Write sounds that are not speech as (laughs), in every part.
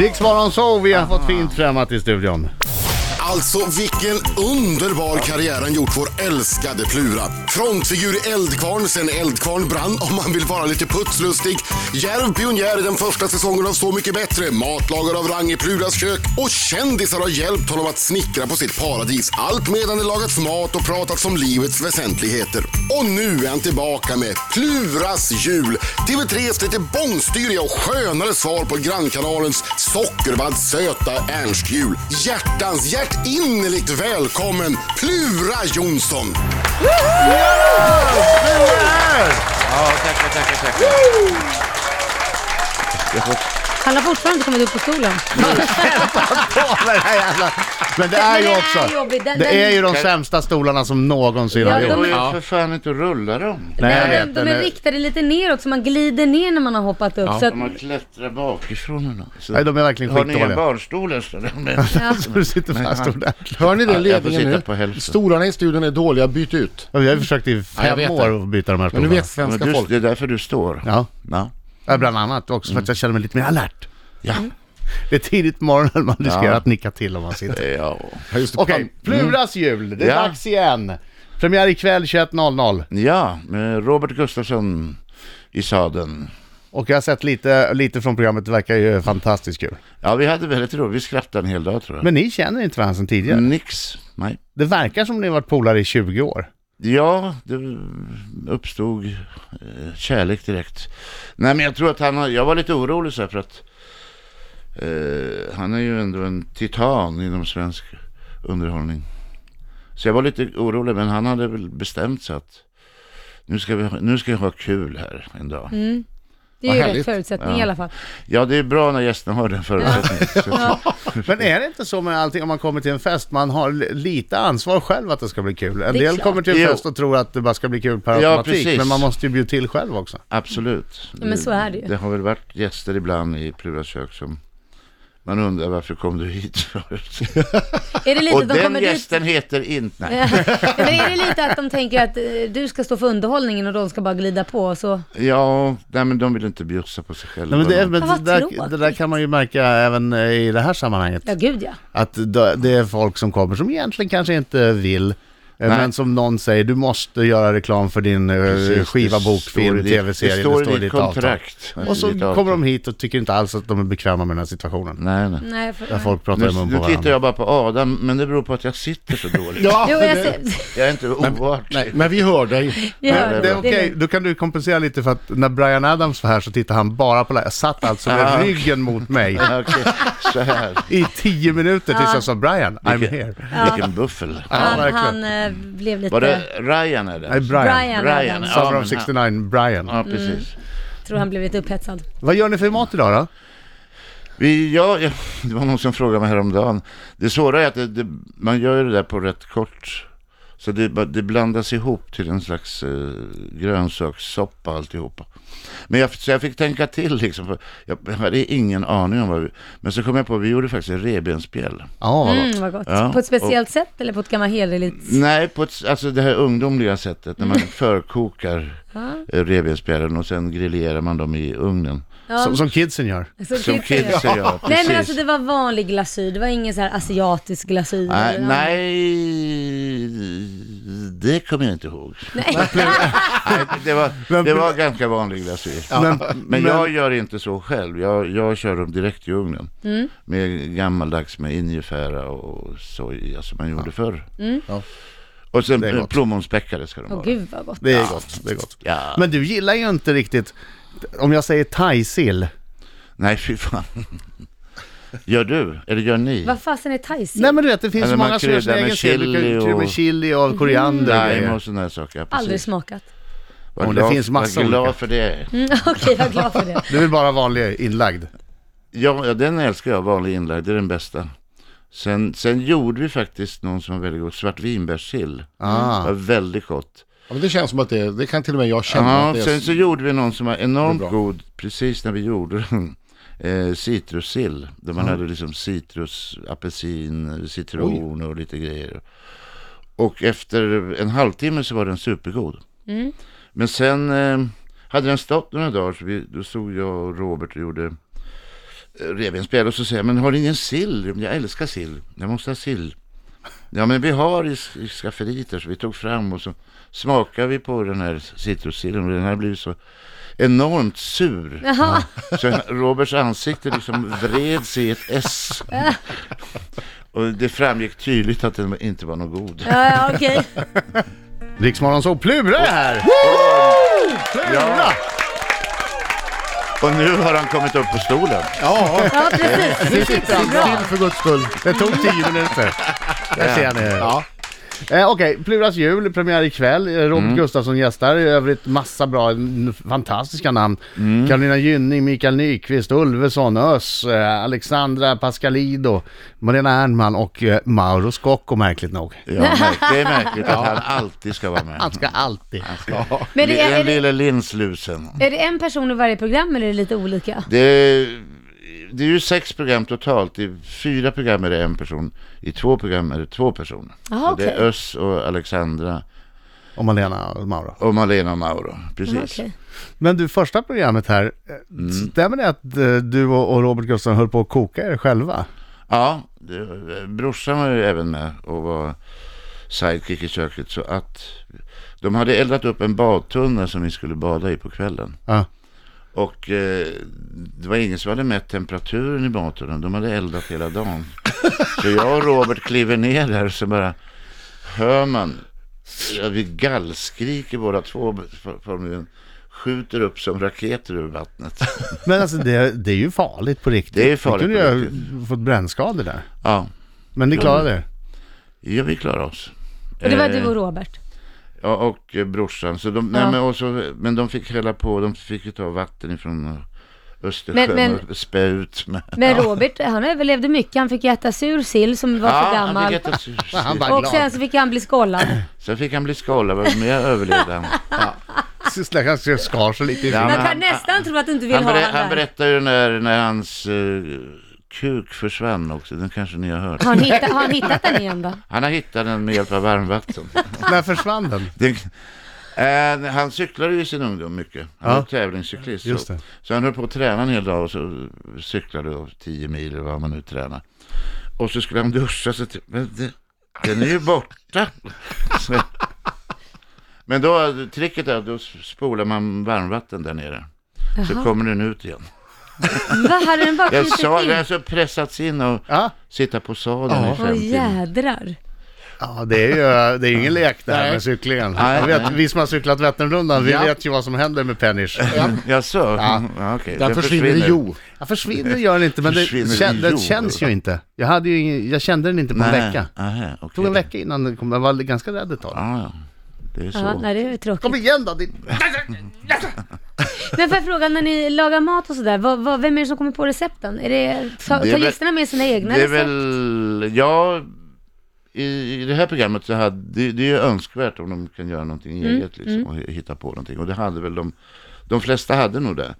Riksmorgon så vi Ah. har fått fint främmat i (laughs) studion. Alltså vilken underbar karriär han gjort vår älskade Plura. Frontfigur i Eldkvarn sen Eldkvarn brann om man vill vara lite putslustig. Djärv pionjär i den första säsongen av Så mycket bättre, matlagare av rang i Pluras kök och kändisar har hjälpt honom att snickra på sitt paradis. Allt medan det lagats mat och pratats om livets väsentligheter. Och nu är han tillbaka med Pluras jul. TV3s lite bångstyriga och skönare svar på grannkanalens sockervadd söta Ernst-jul. Hjärtans hjärtinnerligt välkommen Plura Jonsson! Ja, tackar, tackar, tackar. Han har fortfarande inte kommit upp på stolen. Ja, men, det här jävla- men det är Men ju den också, är jobbig, den- det är den- ju de sämsta stolarna som någonsin Ja, har de- gjorts. går ju för fan inte att rulla dem. Nej, de, de är riktade lite neråt så man glider ner när man har hoppat upp. Så att, Man klättrar bakifrån eller något. Så Nej, de är verkligen Har ni en (laughs) skitdåliga. barnstol eller (laughs) så? Så du sitter fast ordentligt. Hör ni det jag får ledningen sitta nu? på hälften. Stolarna i studion är dåliga, byt ut. Jag har försökt i Ja, jag fem vet år att byta de här Men nu stolarna. vet Men svenska du, folk. det är därför du står. Ja. Ja. Ja, bland annat också Mm. för att jag känner mig lite mer alert. Mm. Ja. Det är tidigt på morgonen man riskerar att nicka till om man sitter. ja. Ja, just det. Mm. Okej, Pluras jul, det är Ja. dags igen. Premiär ikväll 21.00. Ja, med Robert Gustafsson i sadeln. Och jag har sett lite, lite från programmet, det verkar ju fantastiskt kul. Ja, vi hade väldigt roligt. Vi skrattade en hel dag tror jag. Men ni känner inte varandra sedan tidigare? Nix. Nej. Det verkar som ni har varit polare i 20 år. Ja, det uppstod eh, kärlek direkt. Nej, men jag tror att han har, jag var lite orolig så här för att eh, han är ju ändå en titan inom svensk underhållning. Så jag var lite orolig, men han hade väl bestämt sig att nu ska, vi, nu ska jag ha kul här en dag. Mm. det är ju Vad rätt härligt. förutsättning i alla fall. Ja, det är bra när gästerna har den förutsättningen. (laughs) Så att- Men är det inte så med allting om man kommer till en fest, man har li- lite ansvar själv att det ska bli kul. En Det är del klart. kommer till en Jo. fest och tror att det bara ska bli kul per Ja, automatik, precis. men man måste ju bjuda till själv också. Absolut. Ja, men så är det ju. Det har väl varit gäster ibland i Pluras kök som man undrar varför kom du hit förut? Är det lite, Och att de den kommer dit, gästen heter inte... Nej. (laughs) men är det lite att de tänker att eh, du ska stå för underhållningen och de ska bara glida på? och Så. Ja, nej men de vill inte bjussa på sig själva. Nej, men det, är- De- men Vad det, där, tråkigt. det där kan man ju märka även eh, i det här sammanhanget. Ja, gud ja. Att det det är folk som kommer som egentligen kanske inte vill, eh, men som någon säger du måste göra reklam för din eh, Precis, skiva, det bok, står i film, ditt- tv-serie, det står i ditt avtal. kontrakt. Och så Ditt avtal. kommer de hit och tycker inte alls att de är bekväma med den här situationen. Nej, nej. Nej, för, Där folk pratar Nu, i mun på nu tittar varandra. jag bara på Adam, men det beror på att jag sitter så dåligt. Ja, Jo, jag ser, (laughs) det- Jag är inte oartig. men vi hör dig. jag hör Det är okej, då kan du kompensera lite för att när Brian Adams var här så tittade han bara på lä- Jag satt alltså med Ah. ryggen mot mig Ja, (laughs) okej. Så här. i tio minuter tills jag sa Brian, I'm Vilken- here. Vilken buffel. Ja, Han, verkligen. han eh, blev lite... Var det Ryan är det? Nej, Brian. Brian, Brian, Adams. ja. Summer men of han- 69, Brian. Ja, precis. Tror han blev lite upphetsad. Vad gör ni för mat idag då? Vi, ja, ja, det var någon som frågade mig häromdagen. Det svåra är att det, det, man gör ju det där på rätt kort. Så det, ba- det blandas ihop till en slags eh, grönsakssoppa alltihopa. Men jag, så jag fick tänka till liksom. För jag, jag hade ingen aning om vad vi... Men så kom jag på att vi gjorde faktiskt en revbensspjäll. Ja, vad gott. Mm, vad gott. Ja, på ett speciellt sätt eller på ett gammalt hederligt... Nej, på ett, alltså det här ungdomliga sättet (laughs) när man förkokar Ja. eh, revbensspjällen och sen grillerar man dem i ugnen. Ja, Som, som kidsen gör. så Som kul. kidsen gör, Nej precis. men alltså det var vanlig glasyr, det var ingen så här asiatisk glasyr. Nej, eller- nej, det kommer jag inte ihåg. (laughs) Nej, det, var, det var ganska vanlig glasyr. Men- Men, men- jag gör inte så själv. Jag, jag kör dem direkt i ugnen. Mm. Med gammaldags med ingefära och soja som man gjorde förr. Ja. Och sen Det är gott. plommonspäckade ska de Mm. Åh vara. gud vad gott. Det är gott, det är gott. Ja. Men du gillar ju inte riktigt, om jag säger thaisill. Nej, fy fan. Gör du? Eller gör ni? Vad fasen är thaisil? Nej men du vet, det finns Eller så man många som gör sin kryddar med egen sill. Du kan ju chili krydda med och- Mm. chili och koriander och Lime grejer. och sådana här saker. Ja, Aldrig precis. smakat. Var Åh, det glad, finns massa var glad olika. för det. Mm, (laughs) Okej, jag är glad för det. Du vill bara vanlig inlagd. Ja, ja, den älskar jag, vanlig inlagd. Det är den bästa. Sen, sen gjorde vi faktiskt någon som var väldigt god, svartvinbärssill. Ah. Det var väldigt gott. Ja, men det känns som att det, det kan till och med jag känna. Ja, att det sen så är... gjorde vi någon som var enormt Det är bra. god precis när vi gjorde den. Eh, citrussill, där man hade liksom citrus, apelsin, citron och lite grejer. Och efter en halvtimme så var den supergod. Men sen eh, hade den stått några dagar så vi, då stod jag och Robert och gjorde eh, revbensspjäll och så säger jag, men har ni ingen sill? Jag älskar sill. Jag måste ha sill. Ja, men vi har i, i skafferiet där, så vi tog fram och så smakade vi på den här citrussillen och den här blev så enormt sur. Jaha, (laughs) Så Roberts ansikte liksom vred sig i ett S. Och det framgick tydligt att den inte var någon god. ja, ja, okej. Riksmorgon så Plura är här! Plura! Och nu har han kommit upp på stolen. Ja, Ja, precis. Nu sitter han bra. Still för guds skull. det tog tio minuter. Där ser ni. Ja. Mm. Eh, Okej, Pluras jul, premiär ikväll. Eh, Robert Gustafsson gästar. I övrigt massa bra, n- fantastiska namn. Mm. Carolina Gynning, Mikael Nyqvist, Ulveson, Ös, eh, Alexandra Pascalido, Marina Ernman och eh, Mauro Scocco märkligt nog. Ja, märk- det är märkligt att han alltid ska vara med. Han ska alltid. Men det det är, är, Den det, lilla linslusen. är det en person i varje program eller är det lite olika? Det är, det är ju sex program totalt. I fyra program är det en person. I två program är det två personer. Jaha, Så Det är okej. Öss och Alexandra Och Malena och Mauro. och Malena och Mauro. Precis. Okej. Men du, första programmet här, eh, stämmer det att eh, du och och Robert Gustafsson höll på att koka er själva? Ja, det, brorsan var ju även med och var sidekick i köket. Så att de hade eldat upp en badtunna som vi skulle bada i på kvällen. Ja. Och eh, det var ingen som hade mätt temperaturen i badtunnan. De hade eldat hela dagen. (laughs) Så jag och Robert kliver ner där så bara hör man. Ja, vi gallskriker båda två. Formligen skjuter upp som raketer över (laughs) vattnet. Men alltså det, det är ju farligt på riktigt. Det är farligt Ni på kunde ju riktigt. ha fått brännskador där. Ja, Men ni klarade det. ja vi klarar oss. Och det var Eh, du och Robert? Ja, och eh, brorsan. Så de, Ja. nej, men, och så, men de fick hälla på, de fick ju ta vatten ifrån Östersjön Men- men- och spä ut med. Men Robert, han överlevde mycket. Han fick ju äta sur sill som var för Ja, han gammal. fick äta sus- Han var Och sen glad. så fick han bli skållad. Sen fick han bli skållad, men jag överlevde han. Sen... Kanske skar sig lite i Ja, ja. men Man kan nästan tro att du inte vill han, ha berä, honom han där. berättade ju när, när hans eh, kuk försvann också, den kanske ni har hört. Har han, hittat, har han hittat den igen då? Han har hittat den med hjälp av (laughs) varmvatten. När försvann den? Det, eh, han cyklade ju i sin ungdom mycket. Han Ja. var tävlingscyklist. Just Så, det. så han höll på att träna en hel dag och så cyklade då 10 mil eller vad man nu tränar. Och så skulle han duscha så ty- men det, den är ju borta. (laughs) Så, men då, tricket är att då spolar man varmvatten där nere. Så kommer den ut igen. Vad hade den bara Jag skjutit sa, den har in? alltså pressats in och Ja, sitta på sadeln i Åh fem timmar. jädrar. ja det är ju det är ju ingen lek det här med cyklingen. Nej, Jag vet, nej. vi som har cyklat Vätternrundan, vi Ja. vet ju vad som händer med Pennish. Jaså? Mm, Ja, okej. Den försvinner i jo. Ja, försvinner gör den inte, men det, Försvinner i kän, den jord. känns ju inte. Jag, hade ju ingen, jag kände den inte på en Nej, vecka. aha, okej. Det tog en vecka innan den kom, jag var ganska rädd ett tag. Ja, ja. Det är så. Ja, nej, det är tråkigt. Kom igen då! Din... Men får jag fråga, när ni lagar mat och sådär, vad, vad, vem är det som kommer på recepten? Är det, Det ta, är tar väl- gästerna med sina egna det är recept? väl, ja, i, i det här programmet så hade, det, det är ju önskvärt om de kan göra någonting Mm, eget liksom, och hitta på någonting. Och det hade väl de, de flesta hade nog det.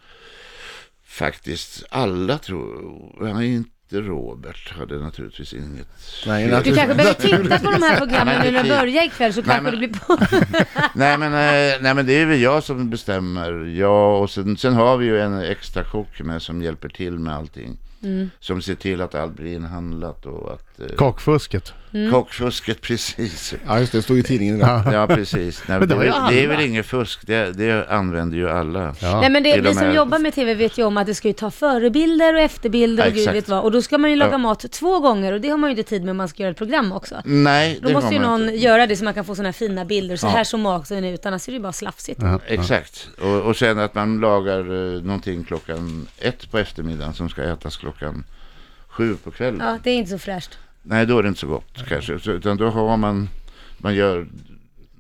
Faktiskt, alla tror, ja, inte Robert hade naturligtvis inget. Nej, Du kanske behöver titta på de här programmen nu när de Nej, börjar ikväll så kanske men- det blir på. nej, men, eh, nej men det är väl jag som bestämmer. Jag, och sen, sen har vi ju en extra kock med som hjälper till med allting. Mm. Som ser till att allt blir inhandlat och att eh, Kockfusket. Mm. kockfusket (laughs) precis. Ja, just det. Det stod i tidningen idag. Ja, precis. (laughs) Men Nej, men det det, har ju är- det är alla. väl inget fusk, det, det använder ju alla. Ja. Nej men det, Till och vi som med- jobbar med TV vet ju om att det ska ju ta förebilder och efterbilder och Ja, gud exakt. vet vad. Och då ska man ju laga Ja. mat två gånger och det har man ju inte tid med om man ska göra ett program också. Nej, Då det måste har ju man någon inte. göra det så man kan få sådana här fina bilder. Så här såg maten ut, annars är det ju bara slafsigt. Exakt. Och, och sen att man lagar eh, någonting klockan ett på eftermiddagen som ska ätas klockan sju på kvällen. Ja, det är inte så fräscht. Nej, då är det inte så gott kanske. Så, utan då har man, man gör,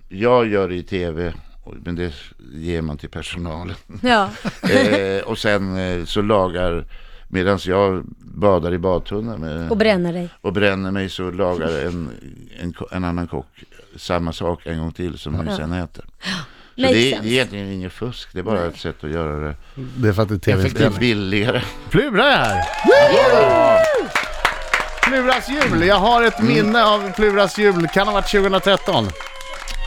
jag gör det i tv, och- men det ger man till (laughs) personalen. Ja, eh, och sen eh, så lagar, medan jag badar i badtunnan med och bränna dig. och bränner mig så lagar en, en, ko- en annan kock samma sak en gång till som han sen äter. Så det Makes är, det är sense. egentligen inget fusk, det är bara ett sätt att göra det Det är för att det är tv-inspelning. lite billigare. Plura är här! Mm. Pluras jul, jag har ett minne av Pluras jul, kan ha varit 2013.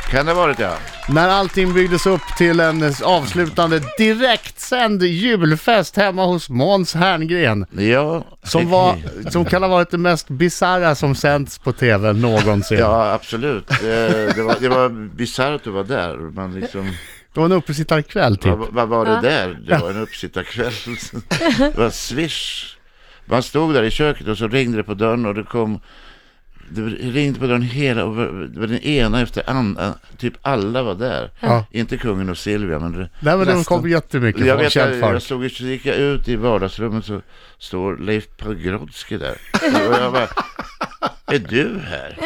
Kan det ha varit ja. När allting byggdes upp till en avslutande direktsänd julfest hemma hos Måns Herngren. Ja. Som, var, som kan ha varit det mest bisarra som sänts på TV någonsin. Ja, absolut. Eh, Det var, det var bisarrt att du var där. Man liksom... Det var en uppesittarkväll typ. Vad, vad var det där? Det var en uppsittarkväll. Det var swish. Man stod där i köket och så ringde det på dörren och det kom... Det ringde på dörren hela... Och det var den ena efter andra. Typ alla var där. Ja. Inte kungen och Silvia, men... Det, Nej men det nästan. kom jättemycket Jag jag vet, känt jag, jag folk. stod, så gick jag ut i vardagsrummet så står Leif Pagrotsky där. Och jag bara, är du här?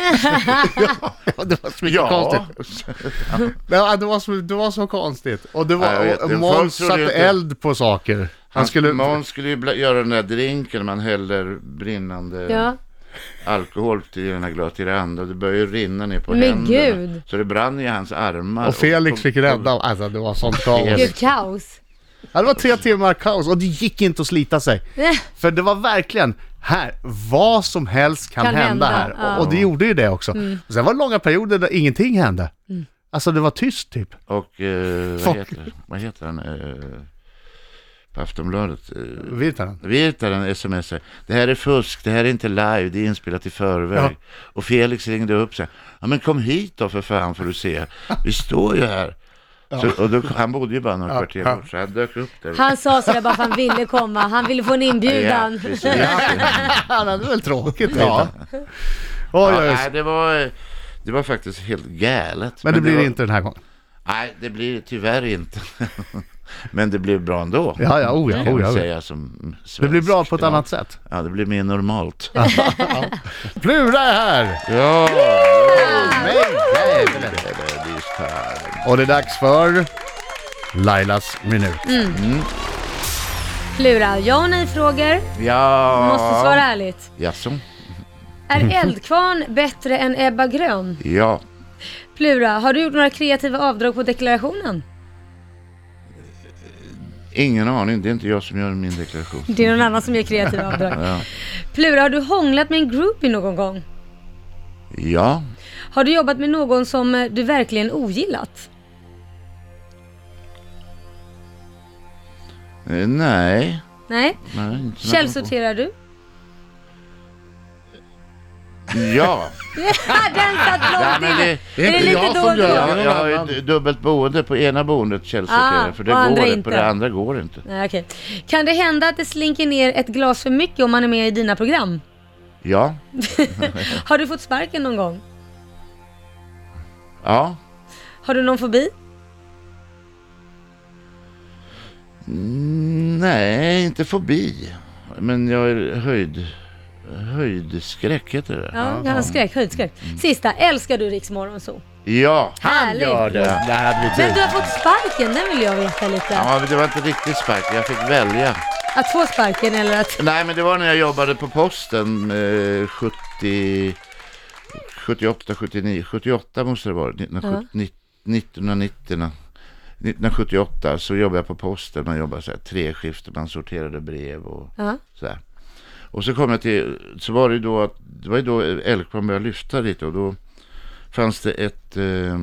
Ja, (laughs) det var så mycket konstigt. (laughs) Ja, det, var så, det var så konstigt. Och, det Ja, jag var, vet. och Folk Måns trodde ju satte inte- eld på saker. Han, Han skulle... skulle... Man skulle ju bla- göra den där drinken man häller brinnande Ja. alkohol till den här glaset till det andra och det började ju rinna ner på Men händerna. gud. Så det brann i hans armar. Och Felix fick och- rädda Alltså det var sånt kaos. Gud, kaos. (laughs) Ja, det var tre timmar kaos och det gick inte att slita sig. Nej. För det var verkligen här, vad som helst kan, Kan hända, hända, här. ja. Och, och det gjorde ju det också. Och sen var det långa perioder där ingenting hände. Alltså det var tyst typ. Och eh, vad, Fuck. heter, vad heter han eh, på Aftonbladet? Eh, Virtanen. Virtanen smsar. Det här är fusk, det här är inte live, det är inspelat i förväg. Ja. Och Felix ringde upp sig. Ja men kom hit då för fan får du se. Vi står ju här. Så, och då, han bodde ju bara några kvarter bort så han dök upp där. Han sa sådär bara för han ville komma. Han ville få en inbjudan. Ja, precis. (laughs) (laughs) Ja. Han hade väl tråkigt. ja. Oj, oj, nej, oj. det, var, det var faktiskt helt galet. Men det blir var, inte den här gången. Nej, det blir tyvärr inte. (laughs) men det blev bra ändå. Ja, ja, oh ja, oh Kan man ja. säga som svensk. Det blir bra på ett Ja. annat sätt. Ja, det blir mer normalt. Plura är här! Ja! Och det är dags för Lailas minut. Plura, ja och nej-frågor. Ja! Måste svara ärligt. Jaså? Är Eldkvarn bättre än Ebba Grön? Ja. Plura, har du gjort några kreativa avdrag på deklarationen? Ingen aning, det är inte jag som gör min deklaration. Det är någon annan som gör kreativa avdrag. Ja. Plura, har du hånglat med en groupie någon gång? ja. Har du jobbat med någon som eh, du verkligen ogillat? Eh, Nej. Nej. Nej, inte så Källsorterar du? Ja. Den satt Nej, långt men inne! det, Det är Det är inte lite jag då som och då. gör jag, det. jag har ju ett dubbelt boende. På ena boendet källsorterar Ah, för och det andra går det. inte. På det andra går det inte. Nej, okej. Kan det hända att det slinker ner ett glas för mycket om man är med i dina program? Ja. Har du fått sparken någon gång? Ja. Har du någon fobi? Mm, Nej, inte fobi. Men jag är höjd... Höjdskräck heter det. Ja, jag har skräck, höjdskräck. Mm. Sista, älskar du Rix Morgonzoo? Ja. Härligt! Men du har fått sparken, den vill jag veta lite. ja men det var inte riktigt spark. Jag fick välja. Att få sparken eller att... Nej, men det var när jag jobbade på posten eh, 70, 78, 79, 78 måste det vara, 1970, 1990. na. 1978 så jobbade jag på posten, man jobbade så här tre skifter, man sorterade brev och Ja. sådär. Och så kom jag till, så var det ju då att, det var ju då Älvkvarn började lyfta lite och då fanns det ett eh,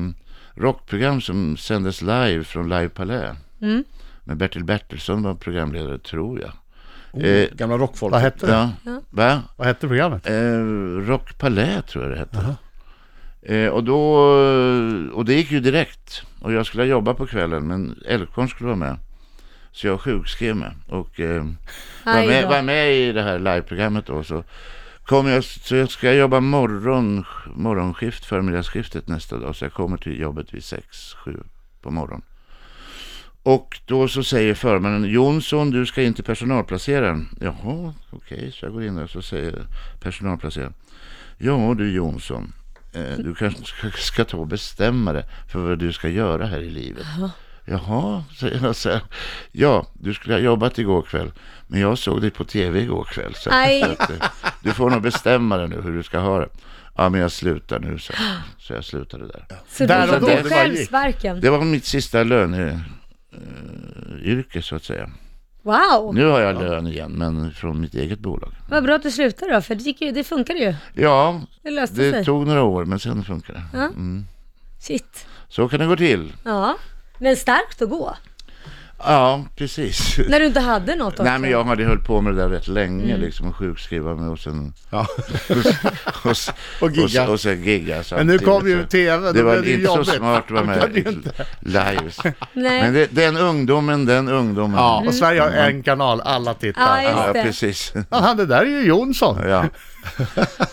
rockprogram som sändes live från Live Palais. Mm. Men Bertil Bertilsson var programledare tror jag. Eh, Oh, gamla rockfolk. Vad hette, det? Ja. Va? Vad hette programmet? Eh, Rock Palais tror jag det hette. Eh, och, då, och det gick ju direkt. Och jag skulle jobba på kvällen, men Älvkorn skulle vara med. Så jag sjukskrev mig och eh, var, Aj med, då. var med i det här liveprogrammet då. Så, kom jag, så jag ska jobba morgon, morgonskift, förmiddagsskiftet nästa dag. Så jag kommer till jobbet vid sex, sju på morgonen. Och då så säger förmannen Jonsson, du ska in till personalplaceraren. Jaha, okej, så jag går in där så säger personalplaceraren. Ja du Jonsson, eh, du kanske ska, ska ta och bestämma dig för vad du ska göra här i livet. Jaha, säger jag så här. Ja, du skulle ha jobbat igår kväll, men jag såg dig på tv igår kväll. Så Aj. att, eh, du får nog bestämma dig nu hur du ska ha det. Ja, men jag slutar nu, så, så jag slutade där. Så Där du och då, fick det bara själv gick. sparken. Det var mitt sista löneyrke så att säga. Wow! Nu har jag lön igen, men från mitt eget bolag. Vad bra att du slutade då, för det, gick ju, det funkade ju. Ja, Det löste det sig. tog några år, men sen funkar det. Ja. Mm. Shit. Så kan det gå till. Ja. Men starkt att gå. Ja, precis. När du inte hade något också. Nej, men jag hade hållit på med det där rätt länge, Mm. liksom att sjukskriva mig och sen... Ja. (laughs) och, och, (laughs) Och gigga. Och, och sen gigga Men nu kom samtidigt, ju så. TV, då Det var blev det ju inte jobbigt. så smart att vara Man med kunde ju i live. Nej. Men det, den ungdomen, den ungdomen. Ja, och Sverige har en kanal, alla Mm. Ja, tittar. just ja det. precis. (laughs) Ja, det där är ju Jonsson. Ja.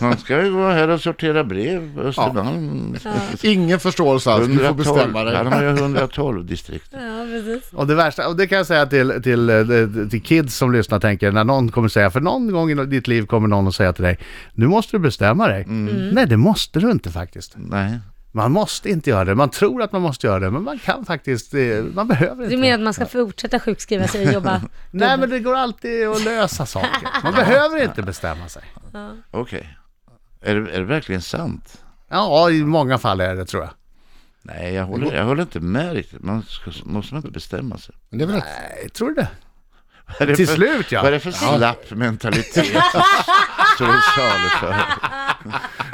Man ska ju gå här och sortera brev på Östermalm. Ingen förståelse alls, du får 112. bestämma Ja, de dig. har ju 112 distrikt. Ja, precis. Och det värsta, och det kan jag säga till, till, eh, till kids som lyssnar tänker, när någon kommer säga, för någon gång i ditt liv kommer någon att säga till dig, nu måste du bestämma dig. Mm. Mm. Nej, det måste du inte faktiskt. Nej. Man måste inte göra det. Man tror att man måste göra det, men man kan faktiskt, eh, man behöver inte. Du menar att man ska fortsätta sjukskriva sig och (laughs) jobba? Nej, men det går alltid att lösa saker. Man behöver (laughs) inte bestämma sig. Okej. Är, det, är det verkligen sant? Ja, i många fall är det tror jag. Nej, jag håller, jag håller inte med riktigt. Man ska, måste man inte bestämma sig? Men det är väl rätt. Nej, Eh, tror du det? Vad är det Till för- slut, ja. Vad är det för slapp mentalitet? Så det är salig för.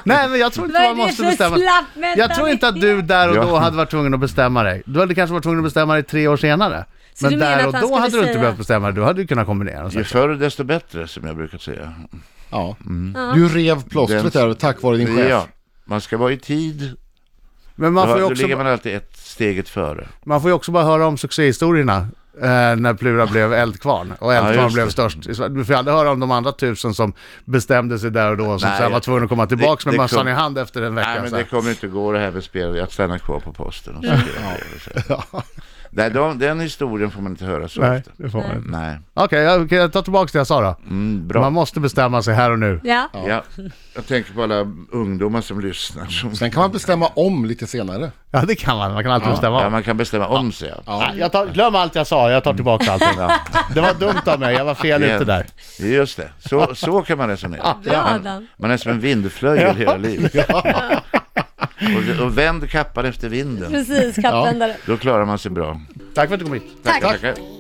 Nej, men jag tror Vad inte är man det måste för bestämma slapp Jag tror inte att du där och då Ja. hade varit tvungen att bestämma dig. Du hade kanske varit tvungen att bestämma dig tre år senare. Så Men du menar där att och han då skulle hade du inte säga- behövt bestämma dig. Du hade ju kunnat kombinera. och så. Ju förr desto bättre, som jag brukar säga. Ja. Du rev plåstret Mm. Den- där tack vare din Det är chef. jag. Man ska vara i tid. Men Man man får, ju då också, ligger man alltid ett steget före. man får ju också bara höra om succéhistorierna. eh, när Plura blev Eldkvarn och Eldkvarn just blev det. störst i Sverige. Du får aldrig höra om de andra tusen som bestämde sig där och då och som Nej, sen var jag- tvungna att komma tillbaka med det mössan kom- i hand efter en vecka. Nej, men så det här. kommer inte gå det här med spel, att stanna kvar på posten och så vidare. Nej, de, den historien får man inte höra så Nej, ofta. det får man inte. Nej, Okej, jag, kan jag ta tillbaka det jag sa då? mm, bra. Man måste bestämma sig här och nu. Ja. Ja, jag tänker på alla ungdomar som lyssnar. Som... Sen kan man bestämma om lite senare. Ja, det kan man. Man kan alltid bestämma. Ja, man kan bestämma om sig. Ja. Nej, jag tar, glöm allt jag sa, jag tar (laughs) tillbaka allting. Det var dumt av mig, jag var fel ute där. Just det, så, så kan man resonera. Bra, Man, Adam. man är som en vindflöjel hela livet. Och, och vänd kappan efter vinden. Precis, kappvändare. Då klarar man sig bra. Tack för att du kom hit. Tackar, tackar.